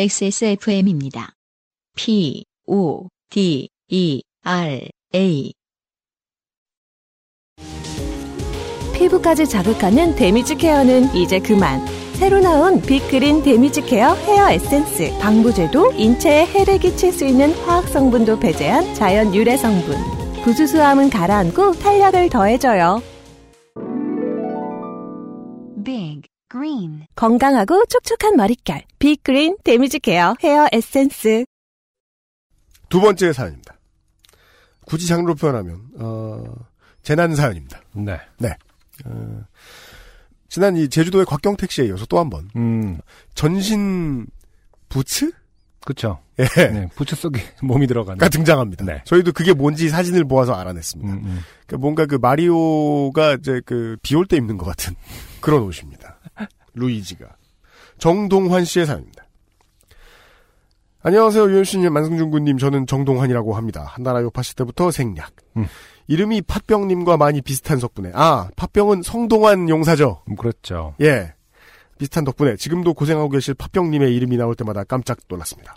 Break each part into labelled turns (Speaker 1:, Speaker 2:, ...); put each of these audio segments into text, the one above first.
Speaker 1: XSFM입니다. P, O, D, E, R, A.
Speaker 2: 피부까지 자극하는 데미지 케어는 이제 그만. 새로 나온 빅그린 데미지 케어 헤어 에센스. 방부제도 인체에 해를 끼칠 수 있는 화학 성분도 배제한 자연 유래 성분. 부수수함은 가라앉고 탄력을 더해줘요.
Speaker 3: Big green.
Speaker 2: 건강하고 촉촉한 머릿결. 빅그린 데미지 케어 헤어 에센스.
Speaker 4: 두 번째 사연입니다. 굳이 장르로 표현하면 어, 재난 사연입니다.
Speaker 5: 네.
Speaker 4: 어, 지난 이 제주도의 곽경택 씨에 이어서 또 한 번
Speaker 5: 음,
Speaker 4: 전신 부츠
Speaker 5: 그쵸.
Speaker 4: 예.
Speaker 5: 네. 부츠 속에 몸이 들어가는.
Speaker 4: 가 등장합니다.
Speaker 5: 네.
Speaker 4: 저희도 그게 뭔지 사진을 보아서 알아냈습니다.
Speaker 5: 음, 음.
Speaker 4: 그러니까 뭔가 그 마리오가 이제 그 비 올 때 입는 것 같은 그런 옷입니다. 루이지가 정동환 씨의 사연입니다. 안녕하세요 유현수님 만승준 군님 저는 정동환이라고 합니다. 한나라 요파시 때부터 생략.
Speaker 5: 음.
Speaker 4: 이름이 팥병님과 많이 비슷한 덕분에 아 팥병은 성동환 용사죠.
Speaker 5: 음, 그렇죠.
Speaker 4: 예. 비슷한 덕분에 지금도 고생하고 계실 팝병님의 이름이 나올 때마다 깜짝 놀랐습니다.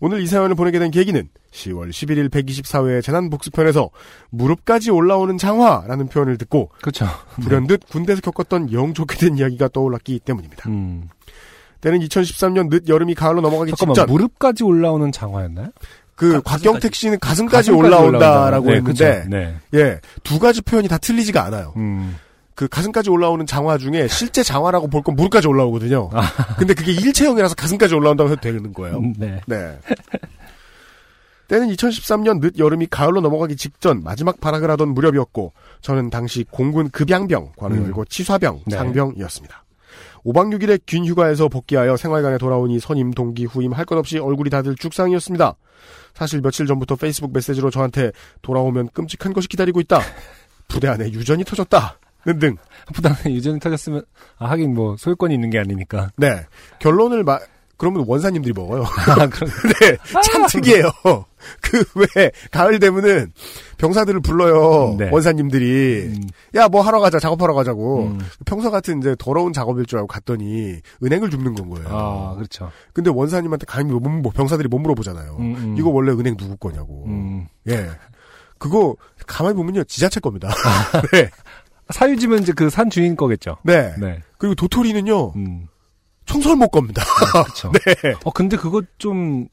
Speaker 4: 오늘 이 사연을 보내게 된 계기는 10월 11일 124회 재난복수편에서 무릎까지 올라오는 장화라는 표현을 듣고
Speaker 5: 그렇죠.
Speaker 4: 불현듯 군대에서 겪었던 영 좋게 된 이야기가 떠올랐기 때문입니다.
Speaker 5: 음.
Speaker 4: 때는 2013년 늦 여름이 가을로 넘어가기
Speaker 5: 잠깐만
Speaker 4: 직전
Speaker 5: 무릎까지 올라오는 장화였나요?
Speaker 4: 그
Speaker 5: 가슴까지-
Speaker 4: 곽경택 씨는 가슴까지, 올라온다라고
Speaker 5: 네,
Speaker 4: 했는데
Speaker 5: 그쵸. 네.
Speaker 4: 예, 두 가지 표현이 다 틀리지가 않아요.
Speaker 5: 음.
Speaker 4: 그 가슴까지 올라오는 장화 중에 실제 장화라고 볼 건 무릎까지 올라오거든요. 근데 그게 일체형이라서 가슴까지 올라온다고 해도 되는 거예요.
Speaker 5: 네.
Speaker 4: 네. 때는 2013년 늦 여름이 가을로 넘어가기 직전 마지막 발악을 하던 무렵이었고 저는 당시 공군 급양병, 관을
Speaker 5: 음.
Speaker 4: 열고 치사병,
Speaker 5: 네.
Speaker 4: 상병이었습니다. 5박 6일의 균 휴가에서 복귀하여 생활관에 돌아오니 선임, 동기, 후임 할 것 없이 얼굴이 다들 죽상이었습니다. 사실 며칠 전부터 페이스북 메시지로 저한테 돌아오면 끔찍한 것이 기다리고 있다. 부대 안에 유전이 터졌다. 등등.
Speaker 5: 부당한 유전이 터졌으면 아, 하긴 뭐 소유권이 있는 게 아니니까.
Speaker 4: 네. 결론을 마, 그러면 원사님들이 먹어요.
Speaker 5: 아, 그럼
Speaker 4: 네, 참 특이해요. 그 왜 가을 되면은 병사들을 불러요
Speaker 5: 네.
Speaker 4: 원사님들이
Speaker 5: 음.
Speaker 4: 야 뭐 하러 가자 작업하러 가자고
Speaker 5: 음.
Speaker 4: 평소 같은 이제 더러운 작업일 줄 알고 갔더니 은행을 줍는 건 거예요.
Speaker 5: 아, 그렇죠.
Speaker 4: 근데 원사님한테 감히 못, 뭐 병사들이 못 물어보잖아요.
Speaker 5: 음, 음.
Speaker 4: 이거 원래 은행 누구 거냐고.
Speaker 5: 음.
Speaker 4: 예. 그거 가만히 보면요 지자체 겁니다. 네.
Speaker 5: 사유지면 이제 그 산 주인 거겠죠.
Speaker 4: 네.
Speaker 5: 네.
Speaker 4: 그리고 도토리는요
Speaker 5: 음.
Speaker 4: 청설목 겁니다.
Speaker 5: 그렇죠.
Speaker 4: 네.
Speaker 5: 어 근데 그거 좀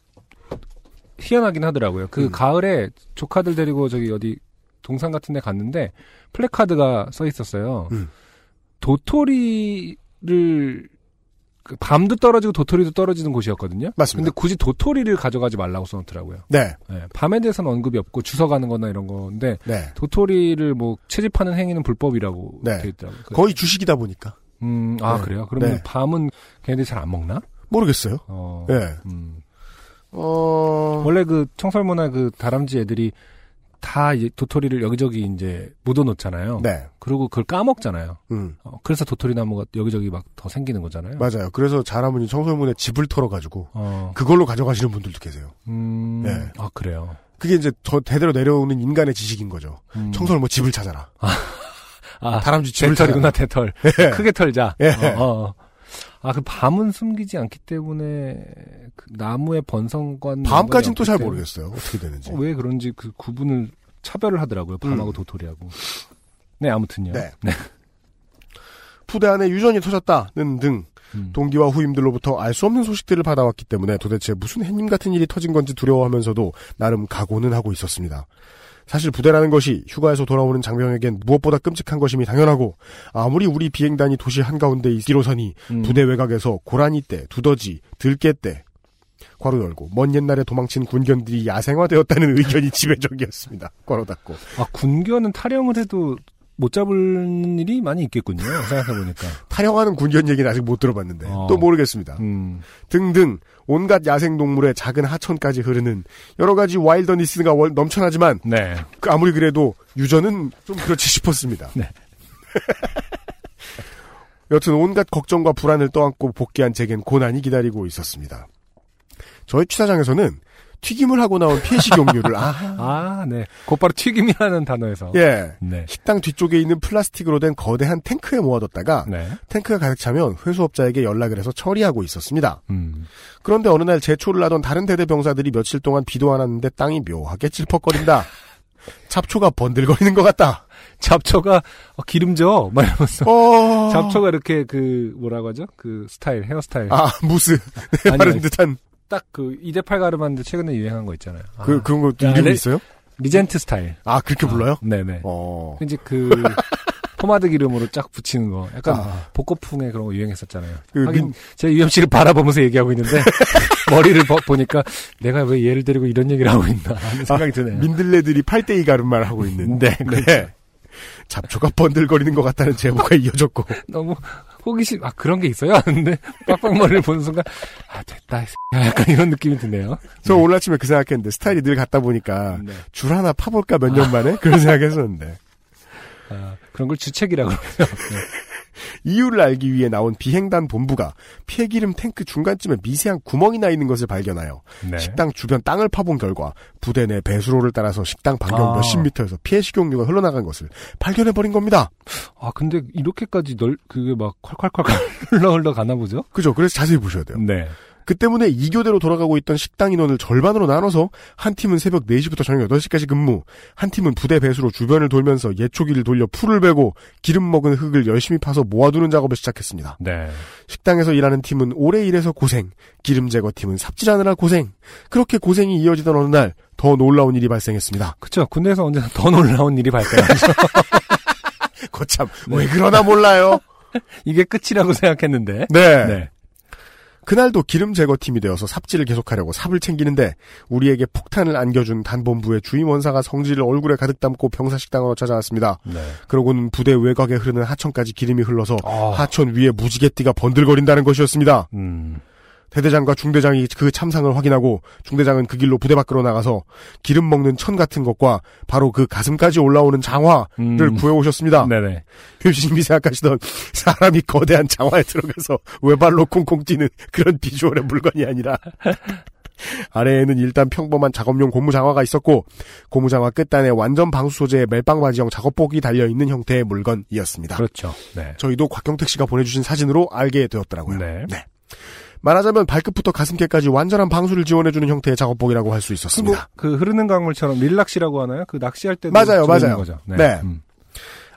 Speaker 5: 희한하긴 하더라고요. 그
Speaker 4: 음.
Speaker 5: 가을에 조카들 데리고 저기 어디 동산 같은 데 갔는데 플래카드가 써 있었어요.
Speaker 4: 음.
Speaker 5: 도토리를 그 밤도 떨어지고 도토리도 떨어지는 곳이었거든요.
Speaker 4: 맞습니다.
Speaker 5: 근데 굳이 도토리를 가져가지 말라고 써놓더라고요.
Speaker 4: 네.
Speaker 5: 예, 밤에 대해서는 언급이 없고 주워가는 거나 이런 건데
Speaker 4: 네.
Speaker 5: 도토리를 뭐 채집하는 행위는 불법이라고
Speaker 4: 네.
Speaker 5: 돼 있더라고요. 그-
Speaker 4: 거의 주식이다 보니까
Speaker 5: 음, 아
Speaker 4: 네.
Speaker 5: 그래요? 그러면
Speaker 4: 네.
Speaker 5: 밤은 걔네들이 잘 안 먹나?
Speaker 4: 모르겠어요.
Speaker 5: 어,
Speaker 4: 예.
Speaker 5: 음.
Speaker 4: 어.
Speaker 5: 원래 그 청설모나 그 다람쥐 애들이 다 이제 도토리를 여기저기 이제 묻어놓잖아요.
Speaker 4: 네.
Speaker 5: 그리고 그걸 까먹잖아요.
Speaker 4: 음.
Speaker 5: 어, 그래서 도토리 나무가 여기저기 막 더 생기는 거잖아요.
Speaker 4: 맞아요. 그래서 잘하면 청소년문에 집을 털어가지고
Speaker 5: 어,
Speaker 4: 그걸로 가져가시는 분들도 계세요.
Speaker 5: 음,
Speaker 4: 네.
Speaker 5: 아 그래요.
Speaker 4: 그게 이제 저 대대로 내려오는 인간의 지식인 거죠.
Speaker 5: 음.
Speaker 4: 청소년 뭐 집을 찾아라.
Speaker 5: 아,
Speaker 4: 다람쥐 집을
Speaker 5: 대털이구나
Speaker 4: 찾아라.
Speaker 5: 대털.
Speaker 4: 예.
Speaker 5: 크게 털자.
Speaker 4: 예.
Speaker 5: 어, 어, 어. 아, 그 밤은 숨기지 않기 때문에 그 나무의 번성과
Speaker 4: 밤까지는 또 잘 모르겠어요. 어떻게 되는지.
Speaker 5: 왜 그런지 그 구분을 차별을 하더라고요. 밤하고
Speaker 4: 음.
Speaker 5: 도토리하고. 네, 아무튼요.
Speaker 4: 네. 푸대 안에 유전이 터졌다는 등
Speaker 5: 음.
Speaker 4: 동기와 후임들로부터 알 수 없는 소식들을 받아왔기 때문에 도대체 무슨 해님 같은 일이 터진 건지 두려워하면서도 나름 각오는 하고 있었습니다. 사실 부대라는 것이 휴가에서 돌아오는 장병에겐 무엇보다 끔찍한 것임이 당연하고 아무리 우리 비행단이 도시 한가운데 있기로서니
Speaker 5: 음.
Speaker 4: 부대 외곽에서 고라니 때, 두더지, 들깨 때 괄호 열고 먼 옛날에 도망친 군견들이 야생화되었다는 의견이 지배적이었습니다. 괄호 닫고
Speaker 5: 아, 군견은 타령을 해도 못 잡을 일이 많이 있겠군요. 생각해보니까.
Speaker 4: 타령하는 군견 얘기는 아직 못 들어봤는데
Speaker 5: 어.
Speaker 4: 또 모르겠습니다.
Speaker 5: 음,
Speaker 4: 등등 온갖 야생동물의 작은 하천까지 흐르는 여러 가지 와일드니스가 월- 넘쳐나지만
Speaker 5: 네.
Speaker 4: 그 아무리 그래도 유저는 좀 그렇지 싶었습니다.
Speaker 5: 네.
Speaker 4: 여튼 온갖 걱정과 불안을 떠안고 복귀한 제겐 고난이 기다리고 있었습니다. 저희 취사장에서는 튀김을 하고 나온 피해식용유를 아,
Speaker 5: 아, 네. 곧바로 튀김이라는 단어에서.
Speaker 4: 예.
Speaker 5: 네.
Speaker 4: 식당 뒤쪽에 있는 플라스틱으로 된 거대한 탱크에 모아뒀다가
Speaker 5: 네.
Speaker 4: 탱크가 가득 차면 회수업자에게 연락을 해서 처리하고 있었습니다.
Speaker 5: 음.
Speaker 4: 그런데 어느 날 제초를 하던 다른 대대 병사들이 며칠 동안 비도 안 왔는데 땅이 묘하게 찔퍽거린다. 잡초가 번들거리는 것 같다.
Speaker 5: 잡초가 어, 기름져. 막 이러면서.
Speaker 4: 어...
Speaker 5: 잡초가 이렇게 그 뭐라고 하죠? 그 스타일, 헤어스타일.
Speaker 4: 아 무스 네,
Speaker 5: 아니요.
Speaker 4: 바른 듯한
Speaker 5: 딱 그 이대팔 가르마인데 최근에 유행한 거 있잖아요. 아,
Speaker 4: 그 그런 것도
Speaker 5: 야,
Speaker 4: 이름이
Speaker 5: 레-
Speaker 4: 있어요?
Speaker 5: 리젠트 스타일.
Speaker 4: 아 그렇게 불러요?
Speaker 5: 네네.
Speaker 4: 어.
Speaker 5: 이제 그 포마드 기름으로 쫙 붙이는 거. 약간
Speaker 4: 아.
Speaker 5: 복고풍의 그런 거 유행했었잖아요.
Speaker 4: 그
Speaker 5: 하긴
Speaker 4: 민-
Speaker 5: 제가 UMC를 바라보면서 얘기하고 있는데 머리를 버- 보니까 내가 왜 얘를 데리고 이런 얘기를 하고 있나 하는 생각이 드네요.
Speaker 4: 민들레들이 팔대이 가름말 하고 있는.
Speaker 5: 네, 그렇죠.
Speaker 4: 네. 잡초가 번들거리는 것 같다는 제보가 이어졌고
Speaker 5: 너무 호기심 아 그런 게 있어요 하는데 빡빡머리를 보는 순간 아 됐다 이 새끼야. 약간 이런 느낌이 드네요.
Speaker 4: 저 오늘 아침에 그 생각했는데 스타일이 늘 같다 보니까
Speaker 5: 네.
Speaker 4: 줄 하나 파볼까 몇 년 만에 그런 생각했었는데
Speaker 5: 아, 그런 걸 주책이라고 그러죠. 네.
Speaker 4: 이유를 알기 위해 나온 비행단 본부가 폐기름 탱크 중간쯤에 미세한 구멍이 나 있는 것을 발견하여
Speaker 5: 네.
Speaker 4: 식당 주변 땅을 파본 결과 부대 내 배수로를 따라서 식당 반경
Speaker 5: 아.
Speaker 4: 몇십 미터에서 피해 식용유가 흘러나간 것을 발견해 버린 겁니다.
Speaker 5: 아 근데 이렇게까지 넓 그게 막 콸콸콸콸 흘러 흘러 가나 보죠?
Speaker 4: 그죠? 그래서 자세히 보셔야 돼요.
Speaker 5: 네.
Speaker 4: 그 때문에 2교대로 돌아가고 있던 식당 인원을 절반으로 나눠서 한 팀은 새벽 4시부터 저녁 8시까지 근무, 한 팀은 부대 배수로 주변을 돌면서 예초기를 돌려 풀을 베고 기름 먹은 흙을 열심히 파서 모아두는 작업을 시작했습니다.
Speaker 5: 네.
Speaker 4: 식당에서 일하는 팀은 오래 일해서 고생, 기름 제거 팀은 삽질하느라 고생. 그렇게 고생이 이어지던 어느 날 더 놀라운 일이 발생했습니다.
Speaker 5: 그쵸. 군대에서 언제나 더 놀라운 일이 발생하죠.
Speaker 4: 거참 왜 그러나 몰라요.
Speaker 5: 이게 끝이라고 생각했는데.
Speaker 4: 네.
Speaker 5: 네.
Speaker 4: 그날도 기름 제거 팀이 되어서 삽질을 계속하려고 삽을 챙기는데 우리에게 폭탄을 안겨준 단본부의 주임 원사가 성질을 얼굴에 가득 담고 병사 식당으로 찾아왔습니다.
Speaker 5: 네.
Speaker 4: 그러고는 부대 외곽에 흐르는 하천까지 기름이 흘러서
Speaker 5: 아.
Speaker 4: 하천 위에 무지개띠가 번들거린다는 것이었습니다.
Speaker 5: 음.
Speaker 4: 대대장과 중대장이 그 참상을 확인하고 중대장은 그 길로 부대 밖으로 나가서 기름 먹는 천 같은 것과 바로 그 가슴까지 올라오는 장화를
Speaker 5: 음.
Speaker 4: 구해 오셨습니다.
Speaker 5: 네네.
Speaker 4: 유심히 생각하시던 사람이 거대한 장화에 들어가서 외발로 콩콩 뛰는 그런 비주얼의 물건이 아니라 아래에는 일단 평범한 작업용 고무 장화가 있었고 고무 장화 끝단에 완전 방수 소재의 멜빵 바지형 작업복이 달려 있는 형태의 물건이었습니다.
Speaker 5: 그렇죠. 네.
Speaker 4: 저희도 곽경택 씨가 보내주신 사진으로 알게 되었더라고요.
Speaker 5: 네.
Speaker 4: 말하자면 발끝부터 가슴께까지 완전한 방수를 지원해주는 형태의 작업복이라고 할 수
Speaker 5: 그, 뭐,
Speaker 4: 있었습니다.
Speaker 5: 그 흐르는 강물처럼 릴락시라고 하나요? 그 낚시할 때도
Speaker 4: 맞아요,
Speaker 5: 저기는
Speaker 4: 맞아요.
Speaker 5: 거죠. 네.
Speaker 4: 네.
Speaker 5: 음.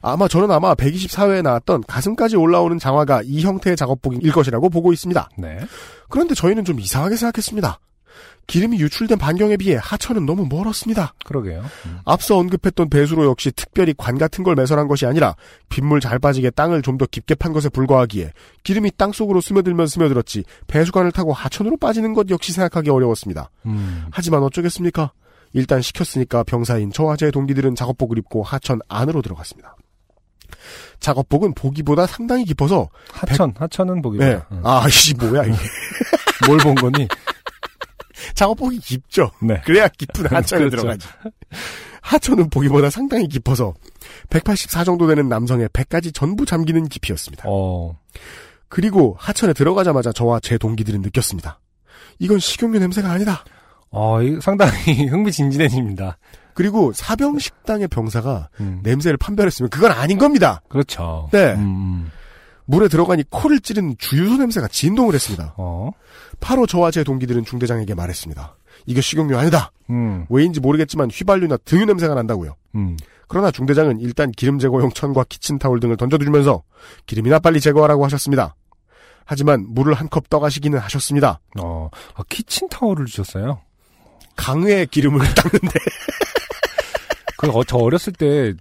Speaker 4: 아마 저는 아마 124회에 나왔던 가슴까지 올라오는 장화가 이 형태의 작업복일 것이라고 보고 있습니다.
Speaker 5: 네.
Speaker 4: 그런데 저희는 좀 이상하게 생각했습니다. 기름이 유출된 반경에 비해 하천은 너무 멀었습니다.
Speaker 5: 그러게요. 음.
Speaker 4: 앞서 언급했던 배수로 역시 특별히 관 같은 걸 매설한 것이 아니라 빗물 잘 빠지게 땅을 좀 더 깊게 판 것에 불과하기에 기름이 땅 속으로 스며들면 스며들었지 배수관을 타고 하천으로 빠지는 것 역시 생각하기 어려웠습니다.
Speaker 5: 음.
Speaker 4: 하지만 어쩌겠습니까? 일단 시켰으니까 병사인 저화재의 동기들은 작업복을 입고 하천 안으로 들어갔습니다. 작업복은 보기보다 상당히 깊어서
Speaker 5: 하천, 하천은 보기보다.
Speaker 4: 네.
Speaker 5: 음.
Speaker 4: 아, 이씨 뭐야 이게.
Speaker 5: 뭘본 거니?
Speaker 4: 작업복이 깊죠.
Speaker 5: 네.
Speaker 4: 그래야 깊은 하천에
Speaker 5: 그렇죠.
Speaker 4: 들어가지. 하천은 보기보다 상당히 깊어서 184 정도 되는 남성의 배까지 전부 잠기는 깊이였습니다.
Speaker 5: 어,
Speaker 4: 그리고 하천에 들어가자마자 저와 제 동기들은 느꼈습니다. 이건 식용유 냄새가 아니다.
Speaker 5: 어, 이- 상당히 흥미진진해집니다.
Speaker 4: 그리고 사병 식당의 병사가
Speaker 5: 음.
Speaker 4: 냄새를 판별했으면 그건 아닌 겁니다.
Speaker 5: 그렇죠.
Speaker 4: 네.
Speaker 5: 음, 음.
Speaker 4: 물에 들어가니 코를 찌르는 주유소 냄새가 진동을 했습니다.
Speaker 5: 어,
Speaker 4: 바로 저와 제 동기들은 중대장에게 말했습니다. 이거 식용유 아니다.
Speaker 5: 음,
Speaker 4: 왜인지 모르겠지만 휘발유나 등유 냄새가 난다고요.
Speaker 5: 음.
Speaker 4: 그러나 중대장은 일단 기름 제거용 천과 키친타올 등을 던져주면서 기름이나 빨리 제거하라고 하셨습니다. 하지만 물을 한 컵 떠가시기는 하셨습니다.
Speaker 5: 어, 아, 키친타올을 주셨어요.
Speaker 4: 강외에 기름을 닦는데
Speaker 5: 그, 어, 저 어렸을 때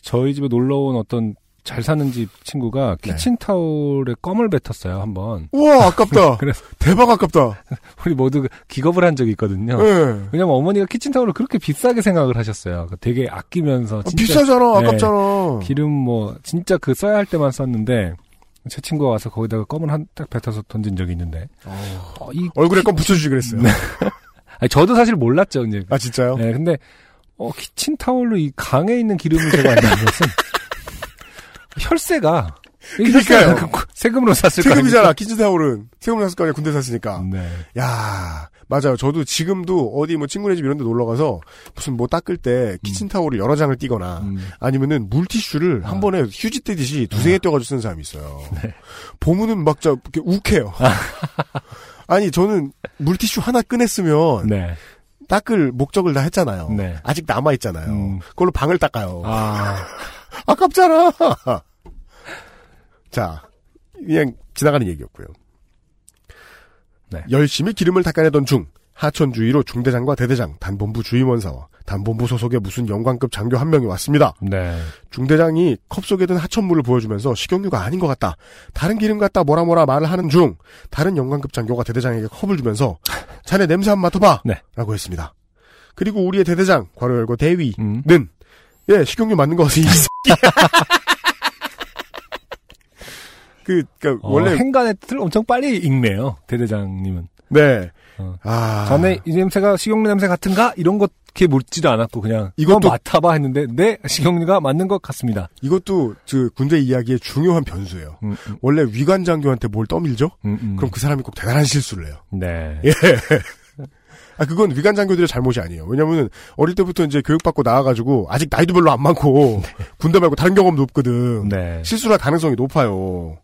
Speaker 5: 저희 집에 놀러 온 어떤 잘 사는 집 친구가
Speaker 4: 네.
Speaker 5: 키친타올에 껌을 뱉었어요, 한 번.
Speaker 4: 우와 아깝다.
Speaker 5: 그래서
Speaker 4: 대박 아깝다.
Speaker 5: 우리 모두 기겁을 한 적이 있거든요.
Speaker 4: 예.
Speaker 5: 왜냐면 어머니가 키친타올을 그렇게 비싸게 생각을 하셨어요. 그 되게 아끼면서
Speaker 4: 아,
Speaker 5: 진짜
Speaker 4: 비싸잖아
Speaker 5: 네.
Speaker 4: 아깝잖아.
Speaker 5: 기름 뭐 진짜 그 써야 할 때만 썼는데 제 친구가 와서 거기다가 껌을 한 딱 뱉어서 던진 적이 있는데 어, 이-
Speaker 4: 얼굴에 껌 붙여주지 그랬어요.
Speaker 5: 아니, 저도 사실 몰랐죠 이제.
Speaker 4: 아 진짜요?
Speaker 5: 네, 근데 어, 키친타올로 이 강에 있는 기름을 제거한다는 것은 혈세가 이게
Speaker 4: 그러니까요. 네.
Speaker 5: 혈세가 그 세금으로 샀을 거 아니에요. 음.
Speaker 4: 세금이잖아 키친타올은 세금 났을 거 아니야 군대 샀으니까.
Speaker 5: 네.
Speaker 4: 야 맞아요. 저도 지금도 어디 뭐 친구네 집 이런 데 놀러 가서 무슨 뭐 닦을 때 키친타올을 여러 장을 띄거나
Speaker 5: 음.
Speaker 4: 아니면은 물티슈를 한
Speaker 5: 아. 네.
Speaker 4: 번에 휴지 떼듯이 두세 개 떠가지고 쓰는 사람이 있어요. 보면은 막 저, 이렇게 욱해요. 아니, 저는 물티슈 하나 꺼냈으면
Speaker 5: 아. 네.
Speaker 4: 닦을 목적을 다 했잖아요.
Speaker 5: 네.
Speaker 4: 아직 남아있잖아요.
Speaker 5: 음.
Speaker 4: 그걸로 방을 닦아요.
Speaker 5: 아,
Speaker 4: 아깝잖아. 자, 그냥 지나가는 얘기였고요.
Speaker 5: 네.
Speaker 4: 열심히 기름을 닦아내던 중 하천 주위로 중대장과 대대장, 단본부 주임원사와 단본부 소속의 무슨 영관급 장교 한 명이 왔습니다.
Speaker 5: 네.
Speaker 4: 중대장이 컵 속에 든 하천물을 보여주면서 식용유가 아닌 것 같다. 다른 기름 같다 뭐라 뭐라 말을 하는 중 다른 영관급 장교가 대대장에게 컵을 주면서 자네 냄새 한번 맡아봐
Speaker 5: 네.
Speaker 4: 라고 했습니다. 그리고 우리의 대대장 괄호 열고 대위
Speaker 5: 음.
Speaker 4: 는 예, 식용유 맞는 거 같으니 이 새끼야. 그, 그니까,
Speaker 5: 어,
Speaker 4: 원래,
Speaker 5: 행간의 뜻을 엄청 빨리 읽네요. 대대장님은.
Speaker 4: 네.
Speaker 5: 어.
Speaker 4: 아.
Speaker 5: 자네 이 냄새가 식용유 냄새 같은가? 이런 것 이렇게 묻지도 않았고 그냥
Speaker 4: 이것도-
Speaker 5: 이것도 맡아봐 했는데 네 식용유가 맞는 것 같습니다.
Speaker 4: 이것도, 그, 군대 이야기의 중요한 변수예요.
Speaker 5: 음, 음,
Speaker 4: 원래 위관 장교한테 뭘 떠밀죠?
Speaker 5: 음, 음.
Speaker 4: 그럼 그 사람이 꼭 대단한 실수를 해요.
Speaker 5: 네.
Speaker 4: 아, 그건 위관 장교들의 잘못이 아니에요. 왜냐면은, 어릴 때부터 이제 교육받고 나와가지고, 아직 나이도 별로 안 많고, 군대 말고 다른 경험도 없거든.
Speaker 5: 네.
Speaker 4: 실수할 가능성이 높아요.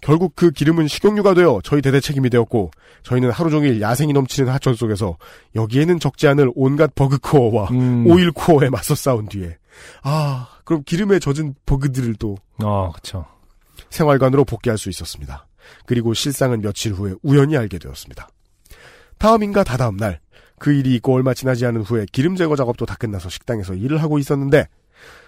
Speaker 4: 결국 그 기름은 식용유가 되어 저희 대대 책임이 되었고 저희는 하루 종일 야생이 넘치는 하천 속에서 여기에는 적지 않을 온갖 버그 코어와
Speaker 5: 음.
Speaker 4: 오일 코어에 맞서 싸운 뒤에 아 그럼 기름에 젖은 버그들을 또
Speaker 5: 어, 그렇죠.
Speaker 4: 생활관으로 복귀할 수 있었습니다. 그리고 실상은 며칠 후에 우연히 알게 되었습니다. 다음인가 다다음 날 그 일이 있고 얼마 지나지 않은 후에 기름 제거 작업도 다 끝나서 식당에서 일을 하고 있었는데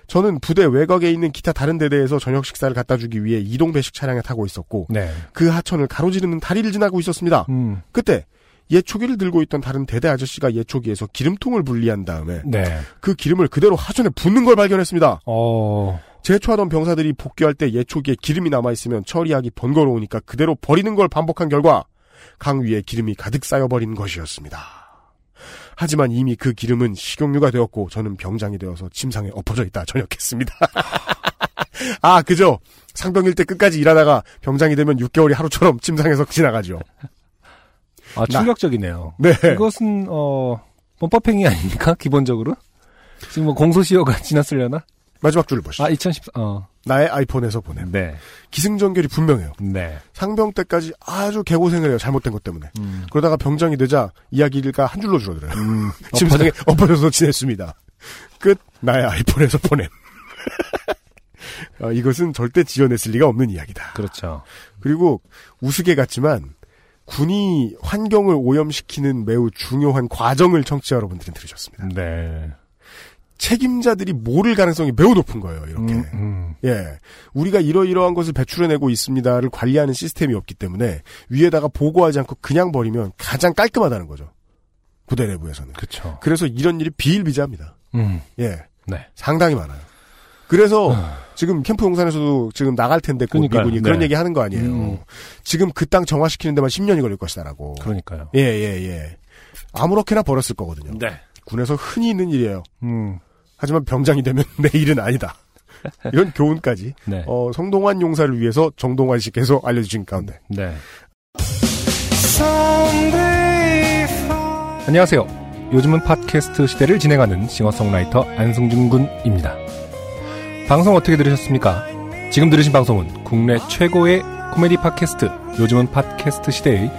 Speaker 4: 저는 부대 외곽에 있는 기타 다른 대대에서 저녁 식사를 갖다 주기 위해 이동 배식 차량에 타고 있었고
Speaker 5: 네.
Speaker 4: 그 하천을 가로지르는 다리를 지나고 있었습니다.
Speaker 5: 음.
Speaker 4: 그때 예초기를 들고 있던 다른 대대 아저씨가 예초기에서 기름통을 분리한 다음에
Speaker 5: 네.
Speaker 4: 그 기름을 그대로 하천에 붓는 걸 발견했습니다.
Speaker 5: 어.
Speaker 4: 제초하던 병사들이 복귀할 때 예초기에 기름이 남아있으면 처리하기 번거로우니까 그대로 버리는 걸 반복한 결과 강 위에 기름이 가득 쌓여버린 것이었습니다. 하지만 이미 그 기름은 식용유가 되었고 저는 병장이 되어서 침상에 엎어져 있다 전역했습니다. 아 그죠? 상병일 때 끝까지 일하다가 병장이 되면 6개월이 하루처럼 침상에서 지나가죠.
Speaker 5: 아 충격적이네요.
Speaker 4: 네.
Speaker 5: 이것은 어 범법행위 아닙니까 기본적으로? 지금 뭐 공소시효가 지났으려나?
Speaker 4: 마지막 줄을 보시죠.
Speaker 5: 아 2014. 어.
Speaker 4: 나의 아이폰에서 보냄.
Speaker 5: 네.
Speaker 4: 기승전결이 분명해요.
Speaker 5: 네.
Speaker 4: 상병 때까지 아주 개고생을 해요. 잘못된 것 때문에.
Speaker 5: 음.
Speaker 4: 그러다가 병장이 되자 이야기가 한 줄로 줄어들어요.
Speaker 5: 음.
Speaker 4: 침상에 엎어져서 지냈습니다. 끝. 나의 아이폰에서 보냄. 어, 이것은 절대 지어냈을 리가 없는 이야기다.
Speaker 5: 그렇죠.
Speaker 4: 그리고 우스개 같지만 군이 환경을 오염시키는 매우 중요한 과정을 청취자 여러분들은 들으셨습니다.
Speaker 5: 네.
Speaker 4: 책임자들이 모를 가능성이 매우 높은 거예요. 이렇게.
Speaker 5: 음, 음.
Speaker 4: 예. 우리가 이러이러한 것을 배출해내고 있습니다를 관리하는 시스템이 없기 때문에 위에다가 보고하지 않고 그냥 버리면 가장 깔끔하다는 거죠. 부대 내부에서는.
Speaker 5: 그렇죠.
Speaker 4: 그래서 이런 일이 비일비재합니다.
Speaker 5: 음.
Speaker 4: 예.
Speaker 5: 네.
Speaker 4: 상당히 많아요. 그래서 지금 캠프 용산에서도 지금 나갈 텐데 곧
Speaker 5: 아. 그러니까요.
Speaker 4: 미군이 그런
Speaker 5: 네.
Speaker 4: 얘기 하는 거 아니에요.
Speaker 5: 음.
Speaker 4: 지금 그 땅 정화시키는 데만 10년이 걸릴 것이다라고.
Speaker 5: 그러니까요.
Speaker 4: 예, 예, 예. 아무렇게나 벌었을 거거든요.
Speaker 5: 네.
Speaker 4: 군에서 흔히 있는 일이에요.
Speaker 5: 음.
Speaker 4: 하지만 병장이 되면 내 일은 아니다. 이런 교훈까지
Speaker 5: 네.
Speaker 4: 어, 성동환 용사를 위해서 정동환 씨께서 알려주신 가운데.
Speaker 5: 네. 안녕하세요. 요즘은 팟캐스트 시대를 진행하는 싱어송라이터 안승준 군입니다. 방송 어떻게 들으셨습니까? 지금 들으신 방송은 국내 최고의 코미디 팟캐스트 요즘은 팟캐스트 시대의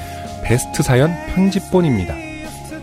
Speaker 5: 베스트 사연 편집본입니다.